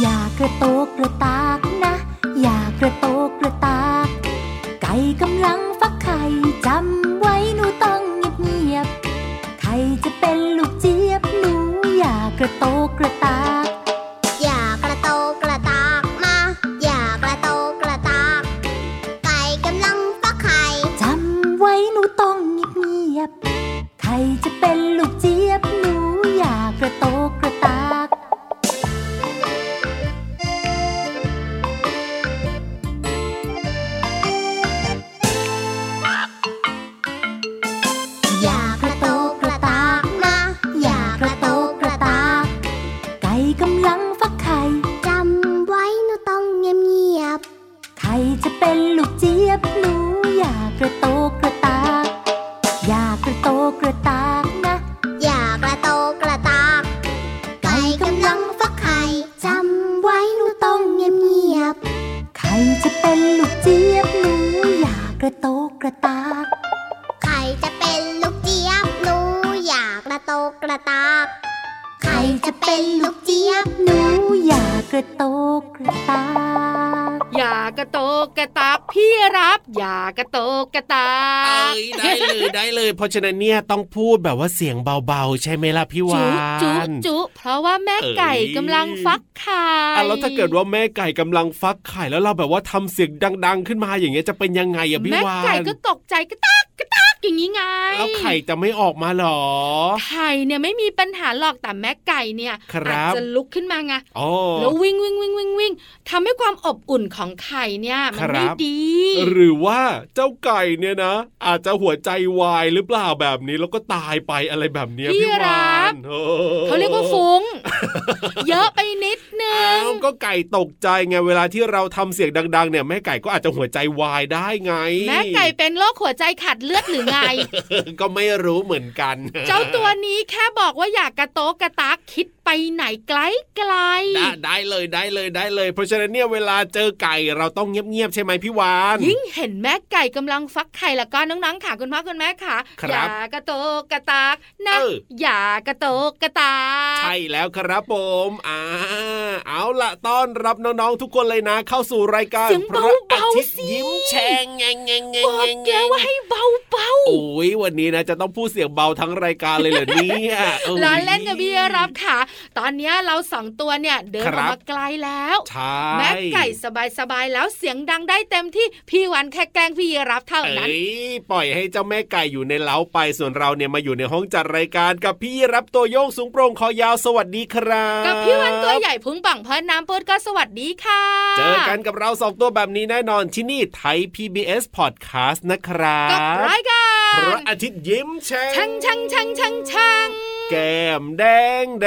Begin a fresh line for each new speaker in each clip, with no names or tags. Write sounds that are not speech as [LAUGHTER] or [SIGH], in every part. อย่ากระโตกกระตากนะ อย่ากระโตกกระตาก ไก่กำลังฟักไข่จำไว้หนูต้องเงียบเงียบๆไข่จะเป็นลูกเจี๊ยบหนู อย่ากระโตกกระตาก
อย่ากระโตกกระตากมา อย่ากระโตกกระตาก ไก่กำลังฟักไข่
จำไว้หนูต้องเงียบเงียบๆใครจะเป็นลูกเจี๊ยบหนูอย่ากระโตกกระตาก อย่ากระโตกกระตากนะ อย่ากระโตกกระตาก ไก่กำลังฟักไข่
จำไว้หนูต้องเงียบเงียบ
ใครจะเป็นลูกเจี๊ยบหนูอยากกระโตกกระตากอยากกระโตกกระตากนะ
ๆอย่ากระโตกกระตาก ไก่กำลังฟักไข่จำไว้หนูต้องเงียบเงียบ
ใครจะเป็นลูกเจี๊ยบหนูอยากกระโตกกระตาก
ๆไข่จะเป็นลูกเจี๊ยบหนู อย่ากระโตกกระตากไข่จะเป็นลูกเจี๊ยบ
หนูอยากกระโตกกระตาก
อย่ากระโตกกระตากพี่รับ อย่ากระโตกกระตา
เอ้
ก
ยได้เลยได้เลย เพราะฉะนั้นเนี่ยต้องพูดแบบว่าเสียงเบาๆ ใช่ไหมล่ะพี่วา
จุจุ
น
จุเพราะว่าแม่
เอ้ย
ไก่กำลังฟักไข่
อ่ะแล้วถ้าเกิดว่าแม่ไก่กำลังฟักไข่แล้วเราแบบว่าทำเสียงดัง ๆ ขึ้นมาอย่างเงี้ยจะเป็นยังไงอะพี่
แม่
วาน
ไก่ก็ตกใจกระตากกระตากอย่างนี้ไง
แล้วไข่จะไม่ออกมาหรอ
ไข่เนี่ยไม่มีปัญหาหรอกแต่แม่ไก่เนี่ย
ครับ
อาจจะลุกขึ้นมาไง
อ๋อ
แล้ววิ่งวิ่งวิ่งวิ่งวิ่งทำให้ความอบอุ่นของไข่เนี่ยมั
ครั
น
บ
ไม่ดี
หรือว่าเจ้าไก่เนี่ยนะ อาจจะหัวใจวายหรือเปล่าแบบนี้แล้วก็ตายไปอะไรแบบเนี้ย
พี่
พี่
รั
วา
บ
นโอ้
เขาเรียกว่าฟุ้ง เยอะไปนิดนึ
อ้าง วก็ไก่ตกใจไงเวลาที่เราทำเสียงดัง ๆ เนี่ยแม่ไก่ก็อาจจะหัวใจวายได้ไง
แม่ไก่เป็นโรคหัวใจขาดเลือดหรือไง
[LAUGHS] ก็ไม่รู้เหมือนกัน
เจ้าตัวนี้แค่บอกว่าอยากกระโตกกระตากคิดไปไหนไกลไกล
ได้ได้เลยได้เลยได้เลย เพราะฉะนั้นเนี่ยเวลาเจอไก่เราต้องเงียบๆใช่ไหมพี่วาน
ยิ่งเห็นแม่ไก่กำลังฟักไข่แล้วก็น้องๆค่ะคุณพ่อคุณแม่ค่ะ
ครับ
อย่ากระโตกกระตากนะ
เอ
อ
ออ
ย่ากระโตกกระตาก
ใช่แล้วครับผมอ่าเอาละต้อนรับน้องๆทุกคนเลยนะ เข้าสู่รายการ
เสียง
พระอ
เบา
ทิต
ๆ
ย์
สิ
ยิ้มแฉ่งแงงแงงแง
บ
ง
อก
แงงแง
แล้ว
ง
ว่าให้เบา
โอ้ยวันนี้นะจะต้องพูดเสียงเบาทั้งรายการเลยเหรอเนี่ยเอ้ย
ๆล้อเล่นกับพี่รับค่ะ ตอนเนี้ยเราสองตัวเนี่ยเดินออ
ครั
ก
บ
มาไกลแล้ว
ใช่
แม่ไก่สบายๆแล้วเสียงดังได้เต็มที่พี่วันแค่แกล้งพี่รับเท่านั้น
เอ้ยปล่อยให้เจ้าแม่ไก่อยู่ในเล้าไปส่วนเราเนี่ยมาอยู่ในห้องจัดรายการกับพี่รับตัวโยงสูงโปร่งคอยาวสวัสดีครับ
กับพี่วันตัวใหญ่พุงป่องพอน้ำปูดก็สวัสดีค่ะ
เจอกันกับเราสองตัวแบบนี้แน่นอนที่นี่ไทย PBS Podcast นะครั
กับบรายกา
พ
ร
ระอาทิตย์ยิ้มแฉ่
ชั
ง
งชังชังชังชัง
แก้มแดงแด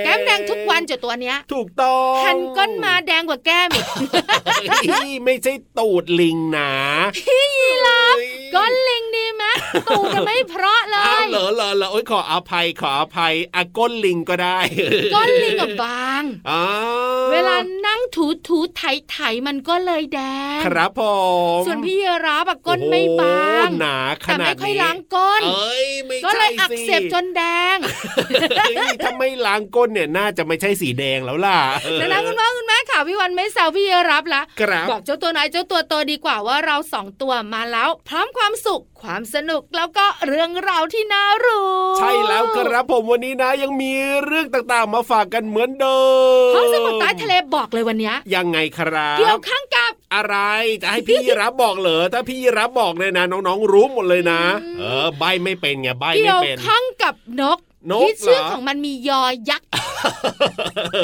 ง
แก้มแดงทุกวันเจ้าตัวเนี้ย
ถูกต้อง
หันก้นมาแดงกว่าแก้มอีก
เฮ้ยไม่ใช่ตูดลิงนะพี่ลับ
ก้นลิงดีไหมตูดจะไม่เพราะเล
อ้าวย เหรอเหรอเหรอโอ้ยขออภัยขออภัยอะก้นลิงก็ได้
ก้นลิงกับบาง
อ๋อ
เวลานั่งถูถูไถไถมันก็เลยแดง
ครับผม
ส่วนพี่รับอะก้นไม่บาง
โอ้โหหนาข
แต่
นา
ไม่
ดนี้
ค่อยล้างก้น
เอ้ยไม่ใช่
ก็เลยอักเสบ
สิ [LAUGHS]
จนแดง
เฮ้ยถ้าไม่ล้างก้นเนี่ยน่าจะไม่ใช่สีแดงแล้วล่ะเออ
นะนะคุณพ่อคุณแม่ค่ะพี่วันไม่แซวพี่รับละ
ครับ
บอกเจ้าตัวน้อยเจ้าตัวโตดีกว่าว่าเราสองตัวมาแล้ว พร้อมความสุขความสนุกแล้วก็เรื่องราวที่น่ารู้
ใช่แล้วครับผมวันนี้นะ ยังมีเรื่องต่างๆ มาฝากกันเหมือนเดิม
ท้องสมุทรใต้ทะเลบอกเลยวันเนี้ย
ยังไงครับ
เกี่ยวข้างกับ
อะไรจะให้พี่รับบอกเหรอถ้าพี่รับบอกเลยนะ น้องๆรู้หมดเลยนะ
อืม
เออใบไม่เป็นไงใบไม่
เกี่ยว
เป็น
ข้องกับนก
นก
ที่ชื่อ
เหรอ
ของมันมียอยักษ์
เอ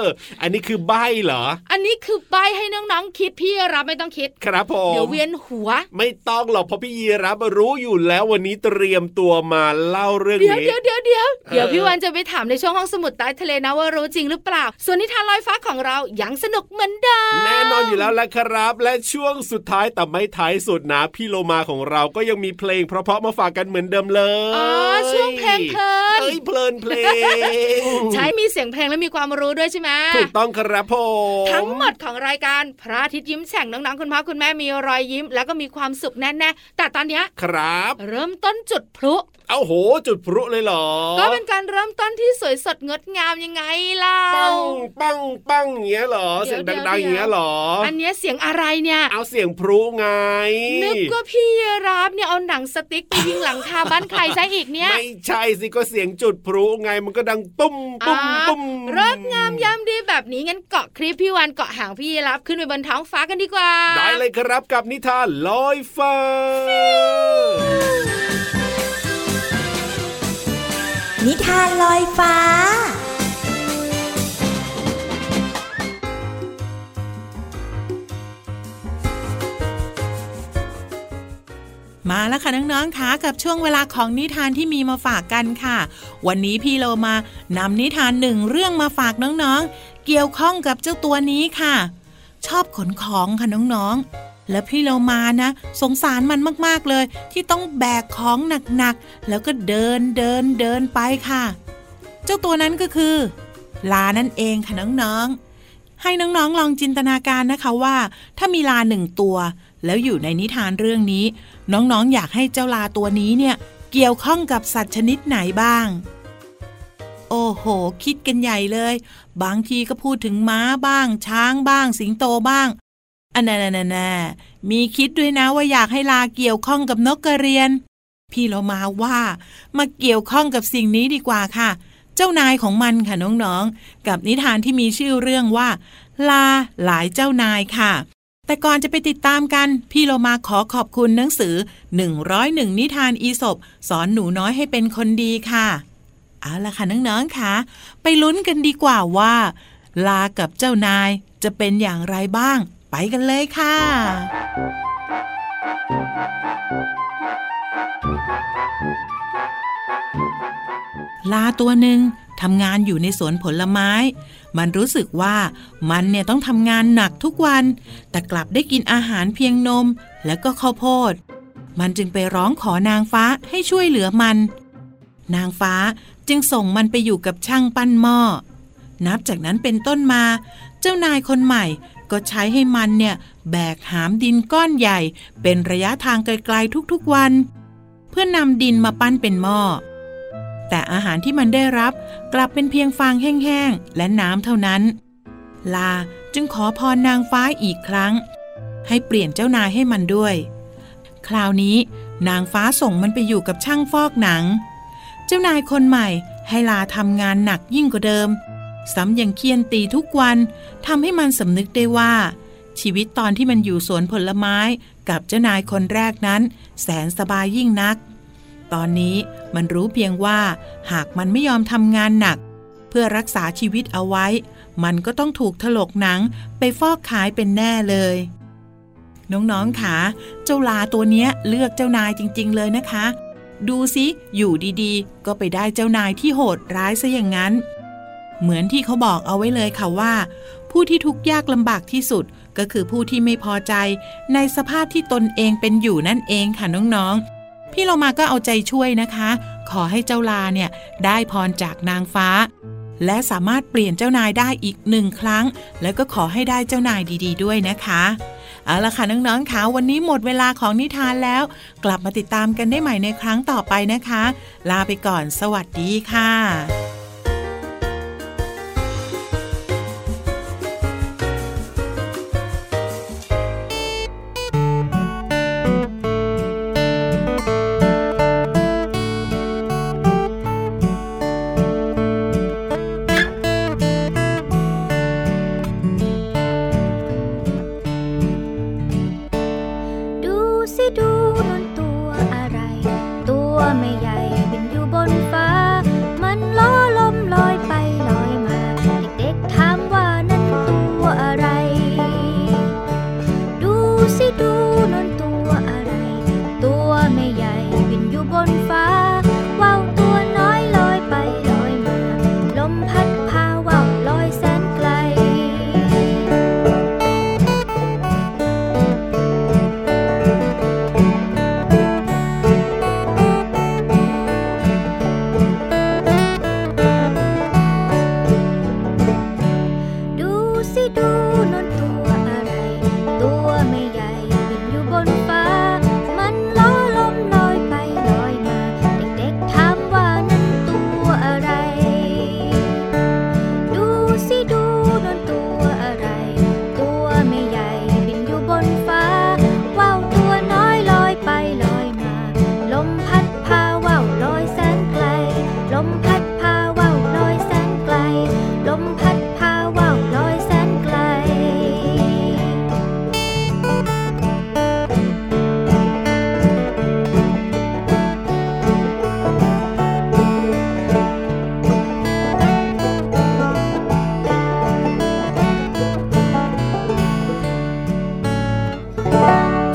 อ อันนี้คือใบเหรอ
อันนี้คือใบให้น้องๆคิดพี่รับไม่ต้องคิด
ครับผม
เดี๋ยวเวียนหัว
ไม่ต้องหรอกเพราะพี่ยีรับรู้อยู่แล้ววันนี้เตรียมตัวมาเล่าเรื่อง
เดี๋ยว
นี้
เดี๋ยวเดี๋ยวเดี๋ยว
เออ
เดี๋ยวพี่วันจะไปถามในช่วงห้องสมุดใต้ทะเลนะว่ารู้จริงหรือเปล่า ส่วนนิทานลอยฟ้าของเรายังสนุกเหมือนเดิม
แน่นอนอยู่แล้วละครับ และช่วงสุดท้ายแต่ไม่ท้ายสุดนะพี่โลมาของเราก็ยังมีเพลง เพราะๆมาฝากกันเหมือนเดิมเลย
อ๋อช่วงเพลงเพลิน
เอ้ยเพลินเพลง
ใช้มีเสียงเพลงและมีความรู้ด้วยใช่ไหม
ถูกต้องครับผม
ทั้งหมดของรายการพระอาทิตย์ยิ้มแฉ่งน้องๆคุณพ่อคุณแม่มีรอยยิ้ม แล้วก็มีความสุขแน่ๆแต่ตอนเนี้ย
ครับ
เริ่มต้นจุดพลุ
เอาโหจุดพลุเลยเหรอ
ก็เป็นการเริ่มต้นที่สวยสดงดงามยังไงเล่า
ปังปังปังอย่างเงี้ยเหรอ
เดี๋
เสี
ย
ยวง
เดี๋
ดั
ยว
งๆอย่างเงี้ยเหรอ
อันเนี้ยเสียงอะไรเนี่ย
เอาเสียงพลุไง
นึกว่าพี่ยีรับเนี่ยเอาหนังสติ๊กไปยิงหลังคาบ้านใครซะอีกเนี่ย
ไม่ใช่สิก็เสียงจุดพลุไงมันก็ดังตุ้มตุ้ม
อ่า
ตุ้ม
เริ่งามยามดีแบบนี้งั้นเกาะคลิปพี่วันเกาะหางพี่ยีรับขึ้นไปบนท้องฟ้ากันดีกว่า
ได้เลยครับกับนิทานลอยฟ้า
นิทานลอยฟ้า
มาแล้วค่ะน้องๆคะกับช่วงเวลาของนิทานที่มีมาฝากกันค่ะ วันนี้พี่โลมานำนิทานหนึ่งเรื่องมาฝากน้องๆ เกี่ยวข้องกับเจ้าตัวนี้ค่ะ ชอบขนของค่ะน้องๆ และพี่โลมานะ สงสารมันมากๆเลย ที่ต้องแบกของหนักๆ แล้วก็เดินเดินเดินไปค่ะ เจ้าตัวนั้นก็คือ ลานั่นเองค่ะน้องๆ ให้น้องๆ ลองจินตนาการนะคะว่า ถ้ามีลาหนึ่งตัว แล้วอยู่ในนิทานเรื่องนี้ น้องๆ อยากให้เจ้าลาตัวนี้เนี่ย เกี่ยวข้องกับสัตว์ชนิดไหนบ้าง โอ้โห คิดกันใหญ่เลย บางทีก็พูดถึงม้าบ้าง ช้างบ้าง สิงโตบ้าง อันนั้นๆๆๆมีคิดด้วยนะว่าอยากให้ลาเกี่ยวข้องกับนกกระเรียน พี่เรามาว่า มาเกี่ยวข้องกับสิ่งนี้ดีกว่าค่ะ เจ้านายของมันค่ะน้องๆ กับนิทานที่มีชื่อเรื่องว่า ลาหลายเจ้านายค่ะ แต่ก่อนจะไปติดตามกัน พี่โลมาขอขอบคุณหนังสือ 101 นิทานอีสบสอนหนูน้อยให้เป็นคนดีค่ะ เอาละค่ะน้องๆค่ะ ไปลุ้นกันดีกว่าว่า ลากับเจ้านายจะเป็นอย่างไรบ้าง ไปกันเลยค่ะ ลาตัวหนึ่งทำงานอยู่ในสวนผลไม้ มันรู้สึกว่ามันเนี่ยต้องทำงานหนักทุกวัน แต่กลับได้กินอาหารเพียงนมแล้วก็ข้าวโพด มันจึงไปร้องขอนางฟ้าให้ช่วยเหลือมัน นางฟ้าจึงส่งมันไปอยู่กับช่างปั้นหม้อ นับจากนั้นเป็นต้นมา เจ้านายคนใหม่ก็ใช้ให้มันเนี่ยแบกหามดินก้อนใหญ่ เป็นระยะทางไกลๆทุกๆวัน เพื่อนำดินมาปั้นเป็นหม้อ แต่อาหารที่มันได้รับกลับเป็นเพียงฟางแห้งๆ และน้ำเท่านั้น ลาจึงขอพรนางฟ้าอีกครั้ง ให้เปลี่ยนเจ้านายให้มันด้วย คราวนี้นางฟ้าส่งมันไปอยู่กับช่างฟอกหนัง เจ้านายคนใหม่ให้ลาทำงานหนักยิ่งกว่าเดิม ซ้ำยังเคี่ยนตีทุกวันทำให้มันสำนึกได้ว่า ชีวิตตอนที่มันอยู่สวนผลไม้กับเจ้านายคนแรกนั้น แสนสบายยิ่งนัก ตอนนี้มันรู้เพียงว่า หากมันไม่ยอมทำงานหนัก เพื่อรักษาชีวิตเอาไว้ มันก็ต้องถูกถลกหนังไปฟอกขายเป็นแน่เลย น้องๆค่ะเจ้าลาตัวเนี้ยเลือกเจ้านายจริง ๆ เลยนะคะ ดูสิอยู่ดีๆ ก็ไปได้เจ้านายที่โหดร้ายซะอย่างนั้น เหมือนที่เขาบอกเอาไว้เลยค่ะว่า ผู้ที่ทุกข์ยากลำบากที่สุดก็คือผู้ที่ไม่พอใจ ในสภาพที่ตนเองเป็นอยู่นั่นเองค่ะน้องๆ พี่เรามาก็เอาใจช่วยนะคะ ขอให้เจ้าลาเนี่ยได้พรจากนางฟ้า และสามารถเปลี่ยนเจ้านายได้อีกหนึ่งครั้ง แล้วก็ขอให้ได้เจ้านายดีๆด้วยนะคะ เอาละค่ะน้องๆค่ะวันนี้หมดเวลาของนิทานแล้ว กลับมาติดตามกันได้ใหม่ในครั้งต่อไปนะคะ ลาไปก่อนสวัสดีค่ะ
ดูสิดูนนตัวอะไร ตัวไม่ใหญ่บินอยู่บนฟ้า มันล้อ
สิดูนอนตัวอะไร ตัวไม่ใหญ่บินอยู่บนฟ้า มันล้อลมลอยไปลอยมา เด็กๆถามว่านั่นตัวอะไร ดูสิดูนอนตัวอะไร ตัวไม่ใหญ่บินอยู่บนฟ้า ว่าวตัวน้อยลอยไปลอยมา ลมพัดพาว่าวลอยแสนไกล ลมพัดพาว่าวลอยแสนไกล ลมพัดพาว่าวลอยแสนไกล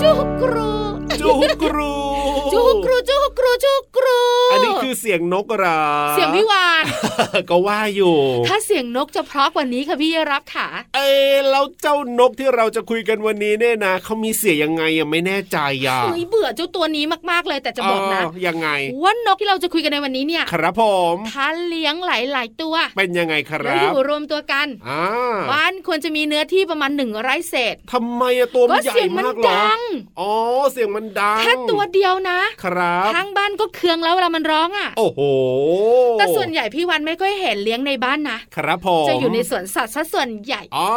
จุกกรู
จุกกรู
จุกกรูจุกกรูจุกกรู
อันนี้คือเสียงนกเหรา
เสียงพี่วาน
ก็ว่าอยู่
ถ้าเสียงนกจะเพราะกว่านี้ค่ะพี่รับค่ะ
เอ้ยแล้วเจ้านกที่เราจะคุยกันวันนี้เนี่ยนะเขามีเสียงยังไงยังไม่แน่ใจอ่ะ
เฮ้ยเบื่อเจ้าตัวนี้มากๆเลยแต่จะบอกนะ
เยังไง
ว่านกที่เราจะคุยกันในวันนี้เนี่ย
ครับผม
ถ้าเลี้ยงหลาย ๆ ตัว
เป็นยังไงค
แล้
รั
วอบ ยู่รวมตัวกัน
อ่า
บ้านควรจะมีเนื้อที่ประมาณหนึ่งไร่เศษ
ทำไมอะตัวมั
ก็
นใหญ่
เสียงมัน
มากเหรอ
ดัง
อ๋อเสียงมันดัง
แค่ตัวเดียวนะครับ ข้างบ้านก็เคืองแล้วเวลามันร้องอ่ะ
โอ้โห
แต่ส่วนใหญ่พี่วันไม่ค่อยเห็นเลี้ยงในบ้านนะครับ
ผม
จะอยู่ในสวนสัตว์ซะส่วนใหญ่
อ๋อ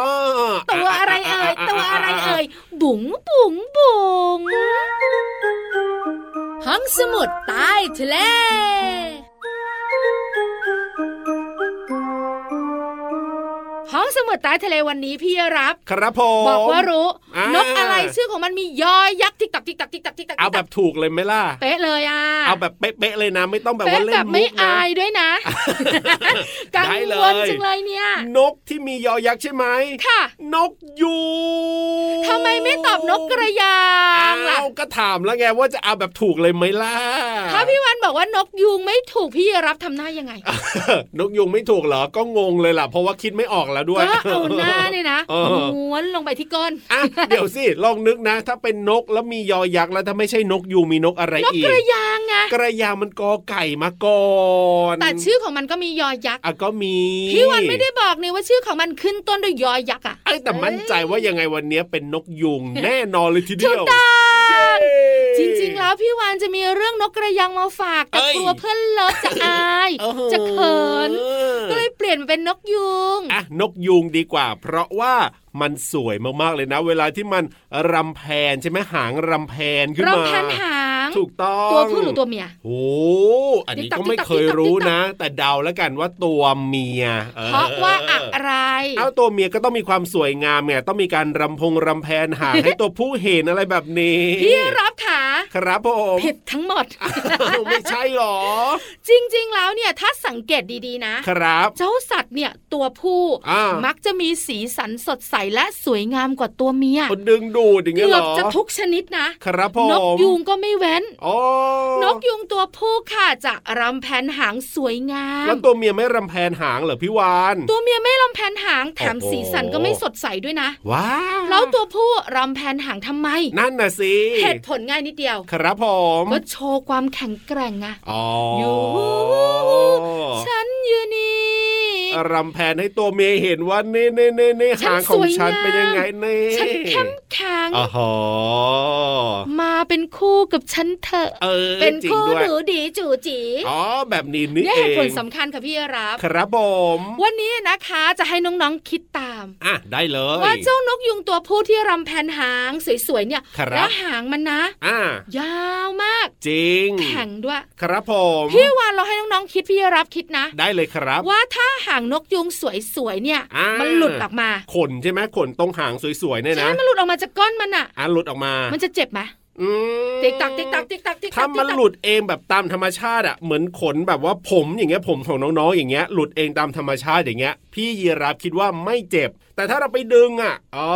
ตัวอะไรเอ่ยตัวอะไรเอ่ยบุ๋งบุ๋งบุ๋งห้องสมุดใต้ทะเล ห้องสมุดใต้ทะเลวันนี้พี่รับ
ครับผม
บอกว่ารู้
อ่าน น
กอะไรชื่อของมันมียอยักษ์ติ๊กตักติ๊กตักติ๊กตักติ๊กตัก
เอาแบบถูกเลยไหมล่ะ
เป๊ะเลยอ่ะ
เอาแบบเป๊ะๆเลยนะ ไม่ต้องแบบ
เป๊ะ
ว่าเล่น
แบบไม่
กนะ
อายด้วยนะกัง
ได้เล
วย ลจังเลยเนี่ย
นกที่มียอยักษ์ใช่ไหม
ค่ะ
นกยูง
ทำไมไม่ตอบนกกระยางล่ะ
อ้าวก็ถามแล้วไงว่าจะเอาแบบถูกเลยไหมล่ะ
ถ้าพี่วันบอกว่านกยูงไม่ถูกพี่รับทำหน้ายังไง
นกยุงไม่ถูกเหรอ ก็งงเลยล่ะ เพราะว่าคิดไม่ออกแล้วด้วย
ก็เอาหน้าเนี่ยนะ
เออ
ม้วนลงไปที่ก้น
อ่ะเดี๋ยวสิ ลองนึกนะ ถ้าเป็นนกแล้วมียอยักษ์แล้วถ้าไม่ใช่นกยูงมีนกอะไร
นก
อีก
กระยางไง
กระยางมันกอไก่มาก่อน
แต่ชื่อของมันก็มียอยักษ์
อ่ะก็มี
พี่วันไม่ได้บอกนี่ว่าชื่อของมันขึ้นต้นด้วยยอยักษ์อ่ะ
ไอ้ยแต่มั่นใจว่ายังไงวันเนี้ยเป็นนกยุงแน่นอนเลยทีเดี
ถูก
ยว
ต้อง
เย้
จริงๆแล้วพี่วานจะมีเรื่องนกกระยางมาฝากแต่
เอ้ย
กลัวเพื่อนเลิฟจะอาย
โอ้โห
จะเขินก็เลยเปลี่ยนมาเป็นนกยุง
อ่ะนกยุงดีกว่า เพราะว่ามันสวยมากๆเลยนะ เวลาที่มันรำแพนใช่ไหมหางรำแพนขึ้น
รอง
มา
พันหาง
ถูกต้อง
ตัวผู้หรือตัวเมีย
โอ้อันนี้ก็
ติ๊กตัก
ไม่
ติ๊กตัก
เคยรู้
ติ๊กตัก
นะ แต่เดาแล้วกันว่าตัวเมียออ
เพราะว่าอะไร
เอาตัวเมียก็ต้องมีความสวยงามไงต้องมีการรำพงรำแพนหาง ให้ตัวผู้เห็นอะไรแบบนี้
พี่รับขา
ครับผม
ผิดทั้งหมด
อ้าวไม่ใช่หรอ
จริงๆ แล้วเนี่ยถ้าสังเกตดีๆนะ
ครับ
เจ้าสัตว์เนี่ยตัวผู้
อ่ามั
มักจะมีสีสันสดใสและสวยงามกว่าตัวเมีย
คนดึงดูดอย่างเงี้ย
เกื
หร
อบ
อ
จะทุกชนิดนะครับ
ผม
นกยูงก็ไม่เว้น
อ๋อน
กยูงตัวผู้ค่ะจะรำแผนหางสวยงา
แล้
ม
วตัวเมียไม่รำแพนหางเหรอพี่วาน
ตัวเมียไม่รำแผนหางแถม
โอ้โห
สีสันก็ไม่สดใสด้วยนะ
ว้า
แล้วตัวผู้รำแผนหางทำไม
นั่นน่ะสิ
เหตุผลง่ายนิดเดียว
ครับผม
ก็โชว์ความแข็งแกร่งไง
อ๋อ
อยู่
อ
ฉันอยู่นี่
รำแพนให้ตัวเมียเห็นว่าเน่เน่เน่เน่
ฉัน
หางของ
สวย
ฉัน
งาม
เป็นยังไงเน่
ฉันเข้มแข็ง
อ๋อฮะ
มาเป็นคู่กับฉันเถอะ
เออ
เป็น
จริง
คู่
ด้วย
หนูดีจูจี
อ๋อแบบนี้นี่
เนี่ย
เอ
เหตุ
ง
ผลสำคัญค่ะพี่รับ
ครับผม
วันนี้นะคะจะให้น้องๆคิดตาม
อ่ะได้เลย
ว่าเจ้านกยุงตัวผู้ที่รำแผนหางสวยๆเนี่ย
ครับ
แล้วหางมันนะ
อ่ะ
ยาวมาก
จริง
แข็งด้วย
ครับผม
พี่วานเราให้น้องๆคิดพี่รับคิดนะ
ได้เลยครับ
ว่าถ้าหางนกยุงสวยๆเนี่ย
อ่ามั
มันหลุดออกมา
ขนใช่ไหมขนตรงหางสวยๆเนี่ย
ใช่
นะ
มันหลุดออกมาจากก้อนมันอ่ะ
อ่ะหลุดออกมา
มันจะเจ็บไหม
อืม
ติ๊กตักติ๊กตักติ๊กตักติ๊กตัก
ถ้ามัน
ติ๊กตัก
หลุดเองแบบตามธรรมชาติอ่ะเหมือนขนแบบว่าผมอย่างเงี้ยผมของน้องๆอย่างเงี้ยหลุดเองตามธรรมชาติอย่างเงี้ย พี่ยีราฟคิดว่าไม่เจ็บ แต่ถ้าเราไปดึงอ่ะอ๋อ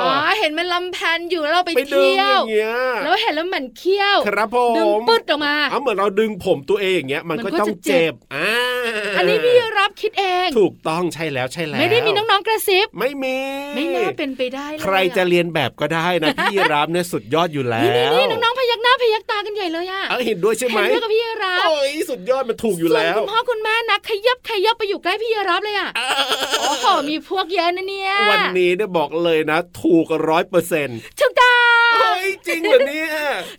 อ๋อเห็นมันลำแผนอยู่แล้วเราไป
ไปดึง
เที่ย
อ
ว
ย่างเงี้ย
แล้วเห็นแล้วเหมือนเขี้ยว
ครับผม
ดึงปึ๊ดออกมา
เอาเหมือนเราดึงผมตัวเองอย่างเงี้ยมัน
มัน
ก็
ก็
ต้อง
จะเจ็
เจ็
บ
บอ่า
อันนี้พี่รับคิดเอง
ถูกต้องใช่แล้วใช่แล้ว
ไม่ได้มีน้องๆกระซิบ
ไม่มี
ไม่น่าเป็นไปได้เลย
ใครจะเรียนแบบก็ได้นะ พี่ยีรับเนี่ยสุดยอดอยู่แล้
นี่นี่
ว
นี่น้องๆพยักหน้า พยักตากันใหญ่เลยอะ
เอาเห็นด้วยใช่ไหม
เห็นด้วยกับพี่รับ
โอ้ยสุดยอดมันถูกอยู่
ส่วน
แล้ว
คุณพ่อคุณแม่นะขยับขยับไปอยู่ใกล้พี่รับเลยอะ
อ่า
โอ้โหมีพวกเยอะนะเนี่ย
[LAUGHS] วันนี้ได้บอกเลยนะ ถูกร้อยเปอร์เซ็นต์
ถูกต้อ
เฮ้
ง
ยจริงเหรอเนี่ย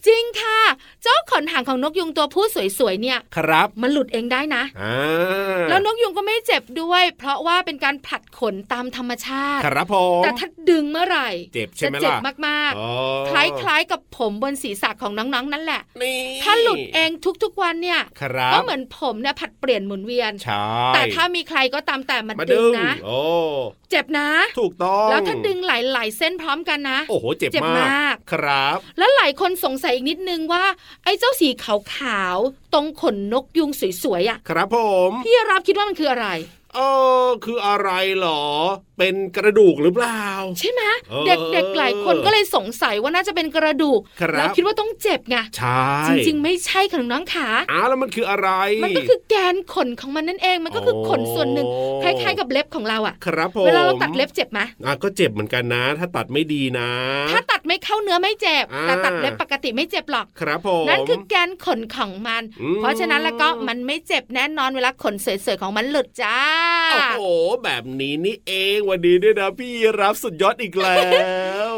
จริงค่ะ เจ้าขนหางของนกยุงตัวผู้สวยๆเนี่ย
ครับ
มันหลุดเองได้นะ
อ่า
แล้วนกยุงก็ไม่เจ็บด้วย เพราะว่าเป็นการผลัดขนตามธรรมชาติ
ครับผม
แต่ถ้าดึงเมื่อไหร่
เจ็บใช่
จะ
ไหม
เจ็บ
ล่ะ
มาก
อ๋อ
ๆ คล้ายๆกับผมบนศีรษะของน้องๆนั่นแหละ
นี่
ถ้าหลุดเองทุกๆวันเนี่ย
ครับ
ก็เหมือนผมเนี่ยผลัดเปลี่ยนหมุนเวียน
ใช่
แต่ถ้ามีใครก็ตามแต่มัน
มา
ดึ
ดึ
ง
ง
นะ
โอ้
เจ็บนะ
ถูกต้อง
แล้วถ้าดึงหลายๆเส้นพร้อมกันนะ
โอ้โหเจ็บ
เจ็บมาก
ครับ
แล้วหลายคนสงสัยอีกนิดนึงว่า ไอ้เจ้าสีขาวๆตรงขนนกยุงสวยๆอะ
ครับผม
พี่รับคิดว่ามันคืออะไร
เออคืออะไรหรอ เป็นกระดูกหรือเปล่า
ใช่ไหม
เออ
เด็กๆหลายคนก็เลยสงสัยว่าน่าจะเป็นกระดูก
ครับ
แล้วคิดว่าต้องเจ็บไง
ใช่
จริงๆ ไม่ใช่ค่ะน้องๆขา
อ้าวแล้วมันคืออะไร
มันก็คือแกนขนของมันนั่นเอง มันก็คือขนส่วนหนึ่ง
โอ้
คล้ายๆ กับเล็บของเราอะ
ครับผม
เวลาเราตัดเล็บเจ็บไหม
อ่ะก็เจ็บเหมือนกันนะ ถ้าตัดไม่ดีนะ
ถ้าตัดไม่เข้าเนื้อไม่เจ็บ
อ่า
แต่ตัดเล็บปกติไม่เจ็บหรอก
ครับผม
นั่นคือแกนขนของมัน
อืม
เพราะฉะนั้นแล้วก็มันไม่เจ็บแน่นอนเวลาขนสวยๆของมันหลุดจ้า
โอ้โหแบบนี้นี่เองวันนี้ด้วยนะพี่รับสุดยอดอีกแล้ว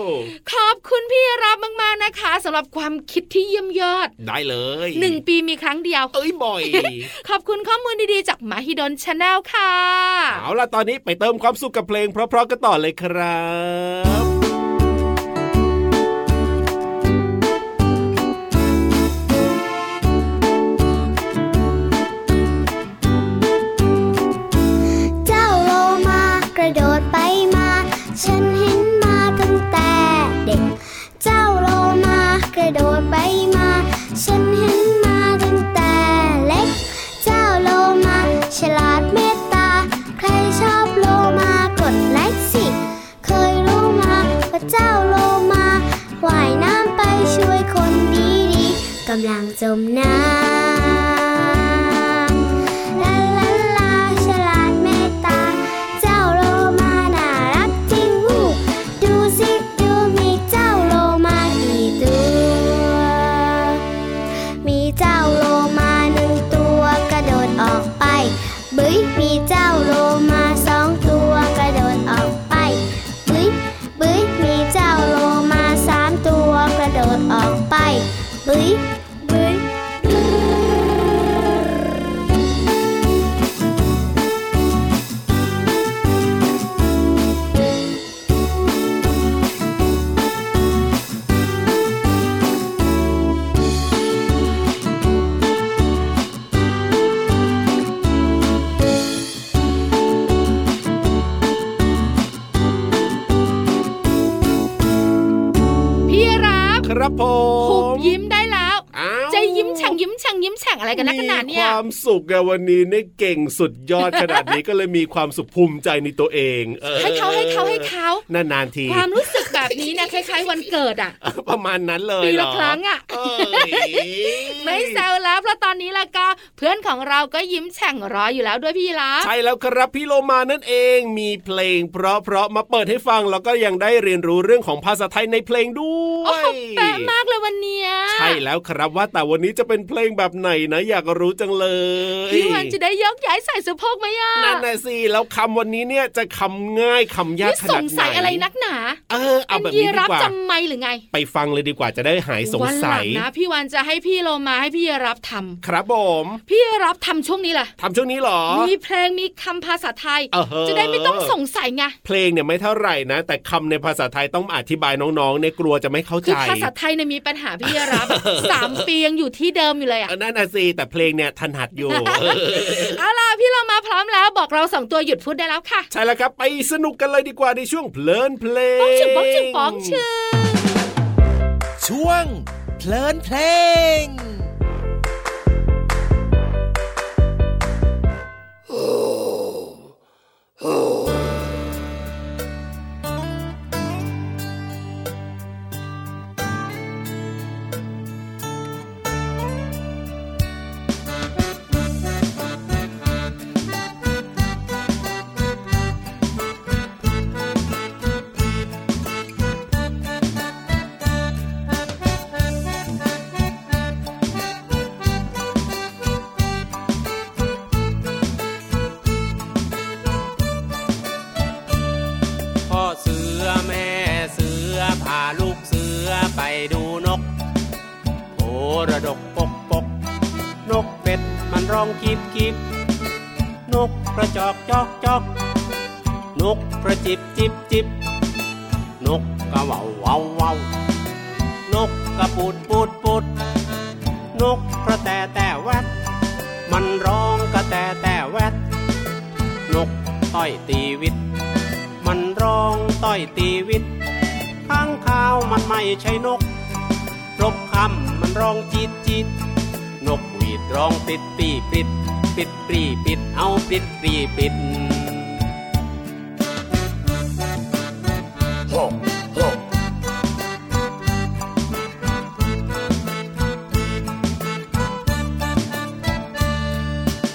ขอบคุณพี่รับมากๆนะคะสำหรับความคิดที่เยี่ยมยอด
ได้เลย
หนึ่งปีมีครั้งเดียว
เอ้ยบ่อย
ขอบคุณข้อมูลดีๆ จากมาฮิดนชาแนลค่ะ
เอาล่ะตอนนี้ไปเติมความสุขกับเพลงเพราะๆกันต่อเลยครับ
เจ้าโลมากระโดดไปมา ฉันเห็นมาตั้งแต่เด็ก เจ้าโลมากระโดดไปมา ฉันเห็นมาตั้งแต่เล็ก เจ้าโลมาฉลาดเมตตา ใครชอบโลมากดไลค์สิ เคยรู้มาว่าเจ้าโลมาว่ายน้ำไปช่วยคนดีๆกำลังจมน้ำลาลาลาฉลาดเมตตา เจ้าโลมาน่ารักจริงหู้ดูสิดูมีเจ้าโลมากี่ตัว มีเจ้าโลมาหนึ่งตัวกระโดดออกไปบึ้ยมีเจ้าโลมาสองตัวกระโดดออกไปบึ้ยบึ้ยมีเจ้าโลมาสามตัวกระโดดออกไปบึ้ยบึ้ยบึ้ย
พี่รับ
ครับผ
หุบ
ม
ยิ้มได้แล้ว
อ้าว
ใจยิ้มแฉ่งยิ้มแฉ่งยิ้มแฉ่งอะไรกันนักขนาด
มี
เนี่ย
ความสุขอะวันนี้เนี่ยเก่งสุดยอดขนาดนี้ ก็เลยมีความสุขภูมิใจในตัวเองออ
ให้เขาให้เขาให้เขา
นานๆที
ความรู้สึกแบบนี้นะคล้ายๆ วันเกิดอ่ะ
[LAUGHS] ประมาณนั้นเลย
ปีละ
เหอ
ครั้งอะ
เย
ไม่แซวแล้วเพราะตอนนี้แล้วก็เพื่อนของเราก็ยิ้มแฉ่งรออยู่แล้วด้วยพี่รับ
ใช่แล้วครับพี่โลมานั่นเองมีเพลง เพราะๆมาเปิดให้ฟังแล้วก็ยังได้เรียนรู้เรื่องของภาษาไทยในเพลงด้วย
โอ้โหแปะมากเลยวันเนี้ย
ใช่แล้วครับว่าแต่วันนี้จะเป็นเพลงแบบไหนนะ อยากรู้จังเลย
พี่วันจะได้ยกย้ายใส่สะโพกไหมอ่ะ
นั่นน่ะสิแล้วคำวันนี้เนี่ยจะคำง่ายคำยาก
นี่
ข
ส
นาด
ง
ไหน
สัยอะไรนักหนา
เออเอาแบบนี้
เป็
ดี
รับ
กว่า
จำไม่หรือไง
ไปฟังเลยดีกว่าจะได้หายสง
วันห
สั
ลัง
ย
นะ พี่วันจะให้พี่โลมาให้พี่รับทำ
ครับผม
พี่รับทำช่วงนี้แหละ
ทำช่วงนี้เหรอ
มีเพลงมีคำภาษาไทย
เออเฮ้อ
จะได้ไม่ต้องสงสัยไง
เพลงเนี่ยไม่เท่าไหร่นะ แต่คำในภาษาไทยต้องอธิบายน้องๆเนี่ยกลัวจะไม่เข้า
คื
ใจ
อภาษาไทยเนี่ยมีปัญหาพี่
[LAUGHS]
รับ สามปียังอยู่ที่เดิมอยู่เลย
เอ
อ่ะ
อนั่นน่ะสิแต่เพลงเนี่ยถนัดอยู่ [LAUGHS]
[LAUGHS]
เออ
เอาล่ะพี่โลมาพร้อมแล้วบอกเราสองตัวหยุดพูดได้แล้วค่ะ
ใช่แล้วครับ ไปสนุกกันเลยดีกว่าในช่วงเพลินเพล
ป้อง
ง
ชึงป้องชึงป้องชึง
ช่วง เพลินเพลง
เ
ระดกปกปก นกเป็ดมันร้องกีบกีบนกกระจอกจอกจอกนกกระจิบจิบจิบนกกระเหว่าวเว่าวเว่านกกระปูดปูดปูดนกกระแตแต่แวดมันร้องกระแตแต่แวดนกต้อยตีวิต มันร้องต้อยตีวิตข้างข้าวมันไม่ใช่นก รบคำมันร้องจีดจีดนกหวีดร้องปิดปีปิด ปิดปรีปิดเอาปิดปรีปิด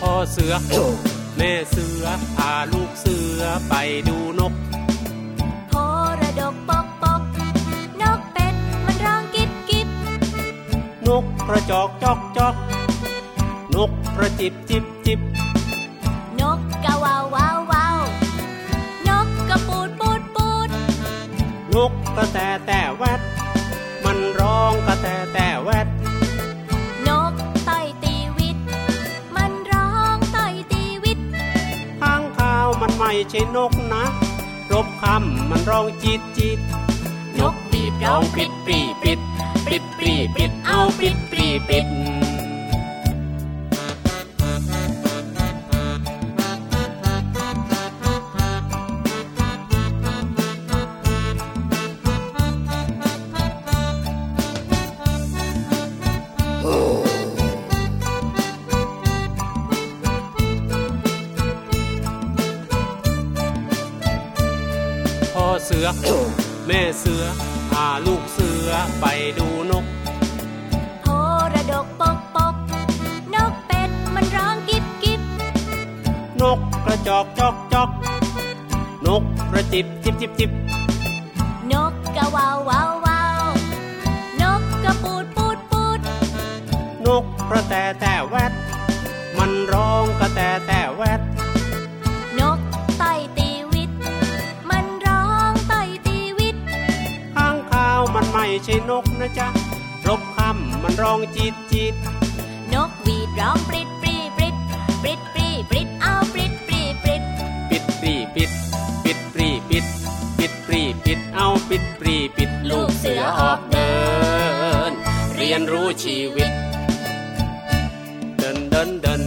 พ่อเสือ แม่เสือพาลูกเสือไปดูนก
โพระดกปกปก นกเป็ดมันร้องกิบกิบ
นกกระจอกจอกจอกนกกระจิบจิบจิบ
นกกะว่าววาววาว นกกระปูดปูดปูด
นกกระแตแต่แวดมันร้องกระแตแต่แวด
นกต่อยตีวิต มันร้องต่อยตีวิต
ข้างข้าวมันไม่ใช่นกนะ รบคำมันร้องจีดจีดนกปีบร้องปิดปีปิด ปิดปีปิดเอาปิดปีปิด พ่อเสือ แม่เสือพาลูกเสือไปดูนก
โพระดกปกปก นกเป็ดมันร้องกิบกิบ
นกกระจอกจอกจอกนกกระจิบจิบจิบจิบ
นกกะว่าววาววาว นกกระปูดปูดปูด
นกกระแตแต่แวดมันร้องกระแตแต่แวด
นกต่อยตีวิต มันร้องต่อยตีวิต
ข้างข้าวมันไม่ใช่นกนะจ๊ะรบคำมันร้องจีดจีด
นกหวีดร้องปริดปรีปริดปริดปรีปริดเอาปริดปรีปริด
ปิดปรีปิด ปิดปรีปิด ปิดปรีปิดเอาปิดปรีปิดลูกเสือออกเดิน เรียนรู้ชีวิต เดินเดินเดิน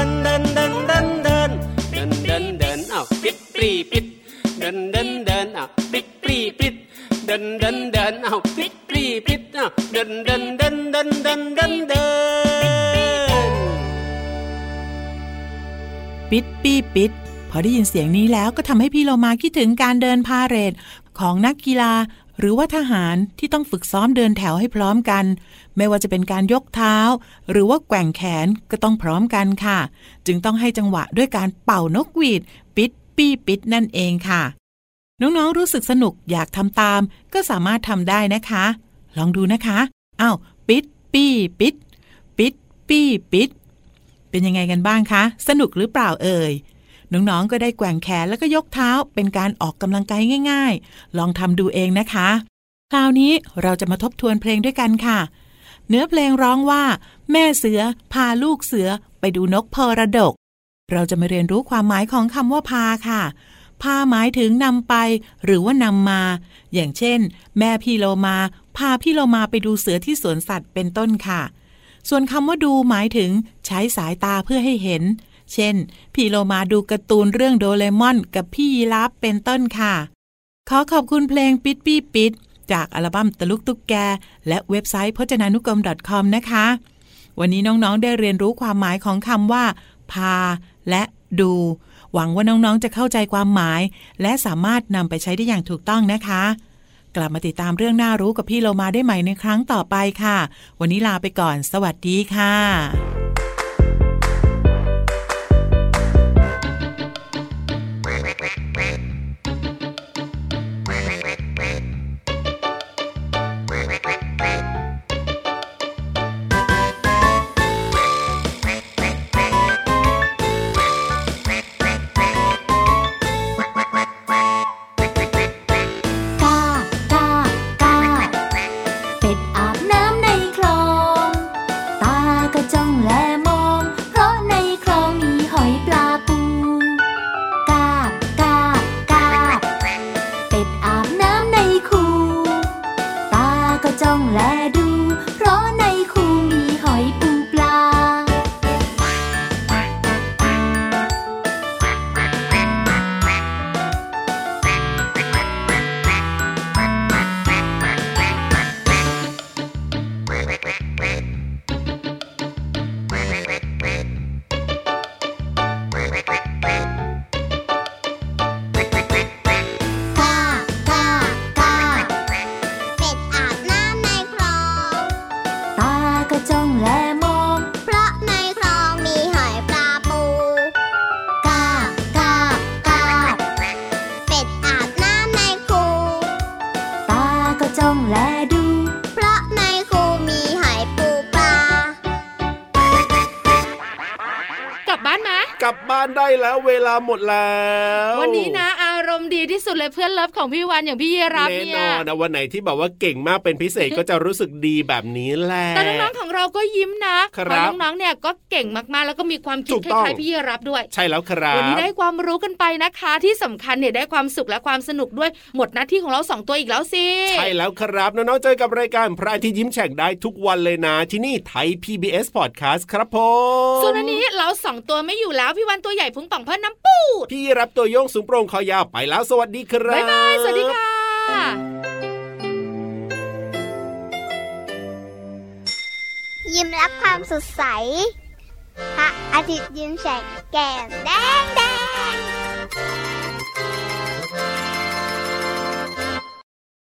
ดันดันดันดันดันดันดันดันอ้าวปิดปรีปิดดันดันดันอ้าวปิดปรีปิดดันดันดันอ้าวปิดปรีปิดอ้าวดันดันดันดันดันดันดัน
ปิดปีปิด พอได้ยินเสียงนี้แล้วก็ทำให้พี่โลมาคิดถึงการเดินพาเหรดของนักกีฬา หรือว่าทหารที่ต้องฝึกซ้อมเดินแถวให้พร้อมกัน ไม่ว่าจะเป็นการยกเท้า หรือว่าแกว่งแขนก็ต้องพร้อมกันค่ะ จึงต้องให้จังหวะด้วยการเป่านกหวีด ปิดปีปิดนั่นเองค่ะ น้องๆรู้สึกสนุกอยากทำตาม ก็สามารถทำได้นะคะ ลองดูนะคะอ้าวปิดปีปิด ปิดปีปิด เป็นยังไงกันบ้างคะ สนุกหรือเปล่าเอ่ย น้องๆ ก็ได้แกว่งแขนแล้วก็ยกเท้าเป็นการออกกำลังกายง่าย ๆ ลองทำดูเองนะคะ คราวนี้เราจะมาทบทวนเพลงด้วยกันค่ะ เนื้อเพลงร้องว่า แม่เสือ พาลูกเสือไปดูนกพรดก เราจะมาเรียนรู้ความหมายของคำว่าพาค่ะ พาหมายถึงนำไป หรือว่านำมา อย่างเช่น แม่พี่โลมา พาพี่โลมาไปดูเสือที่สวนสัตว์เป็นต้นค่ะ ส่วนคำว่าดูหมายถึงใช้สายตาเพื่อให้เห็น เช่น พี่โลมาดูการ์ตูนเรื่องโดเรมอน กับพี่ยีราฟเป็นต้นค่ะ ขอขอบคุณเพลงปิดปี้ปิด จากอัลบั้มตะลุกตุกแก และเว็บไซต์พจนานุกรม .com นะคะ วันนี้น้องๆ ได้เรียนรู้ความหมายของคำว่า พา และดู หวังว่าน้องๆ จะเข้าใจความหมาย และสามารถนำไปใช้ได้อย่างถูกต้องนะคะ กลับมาติดตามเรื่องน่ารู้กับพี่โลมาได้ใหม่ในครั้งต่อไปค่ะ วันนี้ลาไปก่อน สวัสดีค่ะ
กา กา กา เป็ดอาบน้ำในคลอง ตาก็จ้องแลมอง เพราะในคลองมีหอยปลาปู กา กา กา เป็ดอาบน้ำในคูตาก็จ้องแลดู เพราะในคูมีหอยปูปลา
กากากาเป็ดอาบน้ำในคลอง
ตาก็จ้องแลมอง
เพราะในคลองมีหอยปลาปู กากากาเป็ดอาบน้ำในคู
ตาก็จ้องแลดู
เพราะในคูมีหอยปูปลา
กลับบ้านไหม
กลับบ้านได้แล้วเวลาหมดแล้ว
วันนี้นะอารมณ์ดีที่สุดเลยเพื่อนเลิฟของพี่วันอย่างพี่เยรับ
แน่
เนี่
น
ย
อนนะวันไหนที่แบบว่าเก่งมากเป็นพิเศษก็จะรู้สึกดีแบบนี้แหละ
แต่น้องๆของเราก็ยิ้มนะครับ เพราะน้องๆเนี่ยก็เก่งมากๆ แล้วก็มีความคิด
ถูก
ค
ต้อง
ล้ายๆพี่รับด้วย
ใช่แล้วครับ
วันนี้ได้ความรู้กันไปนะคะ ที่สำคัญเนี่ยได้ความสุขและความสนุกด้วย หมดหน้าที่ของเราสองตัวอีกแล้วสิ
ใช่แล้วครับน้องๆเจอกับรายการพระอาที่ยิ้มแฉ่งได้ทุกวันเลยนะ ที่นี่ไทย PBS Podcast ครับผม
ส่วนวันนี้เราสองตัวไม่อยู่แล้ว พี่วันตัวใหญ่พุงป่องเพิ่นน้ำปูด
พี่รับตัวโยงสูงโปร่งคอยาวไปแล้ว สวัสดีครับ
บ๊ายบายสวัสดีค่ะ
ยิ้มรับความสดใส พระอาทิตย์ยิ้มแฉกแก้มแดงแด